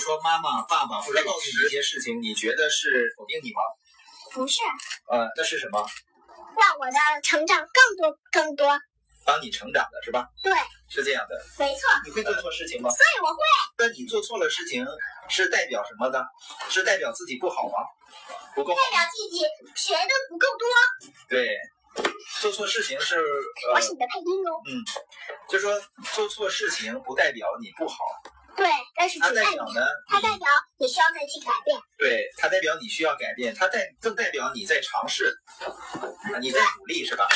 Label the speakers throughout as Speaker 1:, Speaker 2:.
Speaker 1: 说妈妈、爸爸或者老师一些事情，你觉得是否定你吗？
Speaker 2: 不是，
Speaker 1: 呃，那是什么？
Speaker 2: 让我的成长更多更多。
Speaker 1: 帮你成长的是吧？
Speaker 2: 对，
Speaker 1: 是这样的。
Speaker 2: 没错，
Speaker 1: 你会做错事情吗？
Speaker 2: 对，我会。
Speaker 1: 那你做错了事情是代表什么呢？是代表自己不好吗？不够好。
Speaker 2: 代表自己学的不够多。
Speaker 1: 对，做错事情是
Speaker 2: 我
Speaker 1: 呃，
Speaker 2: 是你的配音哦。
Speaker 1: 就说做错事情不代表你不好，
Speaker 2: 对，但是
Speaker 1: 它
Speaker 2: 只
Speaker 1: 代
Speaker 2: 代
Speaker 1: 表
Speaker 2: 表，
Speaker 1: 呢，
Speaker 2: 它
Speaker 1: 你
Speaker 2: 代表你需要再去改变。
Speaker 1: 对它代表你需要改变，它代更代表你在尝试，啊你在努力是吧？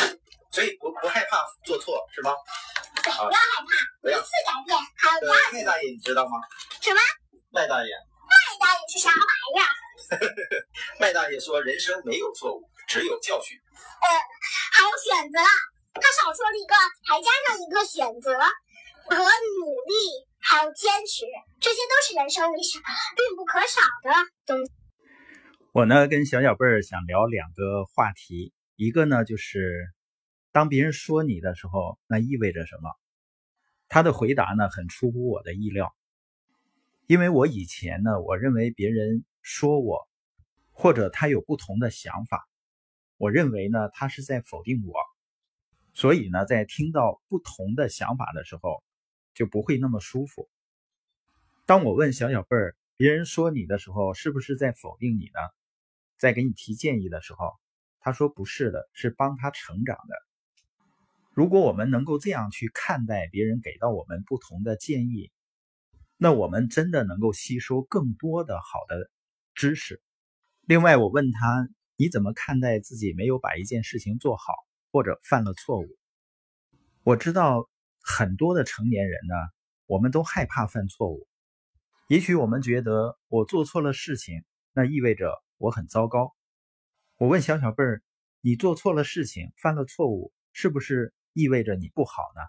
Speaker 1: 所以不不害怕做错是吗？啊
Speaker 2: 对，
Speaker 1: 好
Speaker 2: 不要害
Speaker 1: 不
Speaker 2: 怕，一
Speaker 1: 要
Speaker 2: 次改变。还有
Speaker 1: 呃，麦大爷你知道吗？
Speaker 2: 什么？
Speaker 1: 麦大爷，
Speaker 2: 最大也是啥玩意儿？
Speaker 1: 麦大爷说人生没有错误，只有教训。
Speaker 2: 还有选择，啊他少说了一个，还加上一个选择和努力，还有坚持，这些都是人生里少必不可少的东西。
Speaker 3: 我呢跟小小贝儿想聊两个话题，一个呢就是当别人说你的时候，那意味着什么？他的回答呢很出乎我的意料，因为我以前呢，我认为别人说我或者他有不同的想法，我认为呢他是在否定我，所以呢在听到不同的想法的时候就不会那么舒服。当我问小小贝儿，别人说你的时候，是不是在否定你呢？在给你提建议的时候，他说不是的，是帮他成长的。如果我们能够这样去看待别人给到我们不同的建议，那我们真的能够吸收更多的好的知识。另外，我问他你怎么看待自己没有把一件事情做好，或者犯了错误？我知道很多的成年人呢，我们都害怕犯错误。也许我们觉得我做错了事情，那意味着我很糟糕。我问小小贝儿：“你做错了事情，犯了错误，是不是意味着你不好呢？”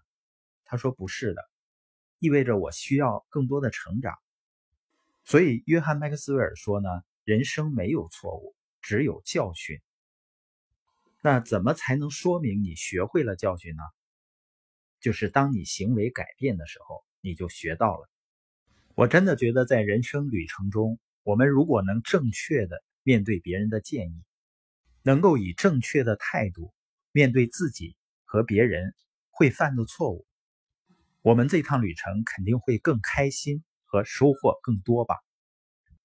Speaker 3: 他说：“不是的，意味着我需要更多的成长。”所以，约翰麦克斯韦尔说呢：“人生没有错误，只有教训。”那怎么才能说明你学会了教训呢？就是当你行为改变的时候，你就学到了。我真的觉得，在人生旅程中，我们如果能正确的面对别人的建议，能够以正确的态度面对自己和别人会犯的错误，我们这趟旅程肯定会更开心和收获更多吧。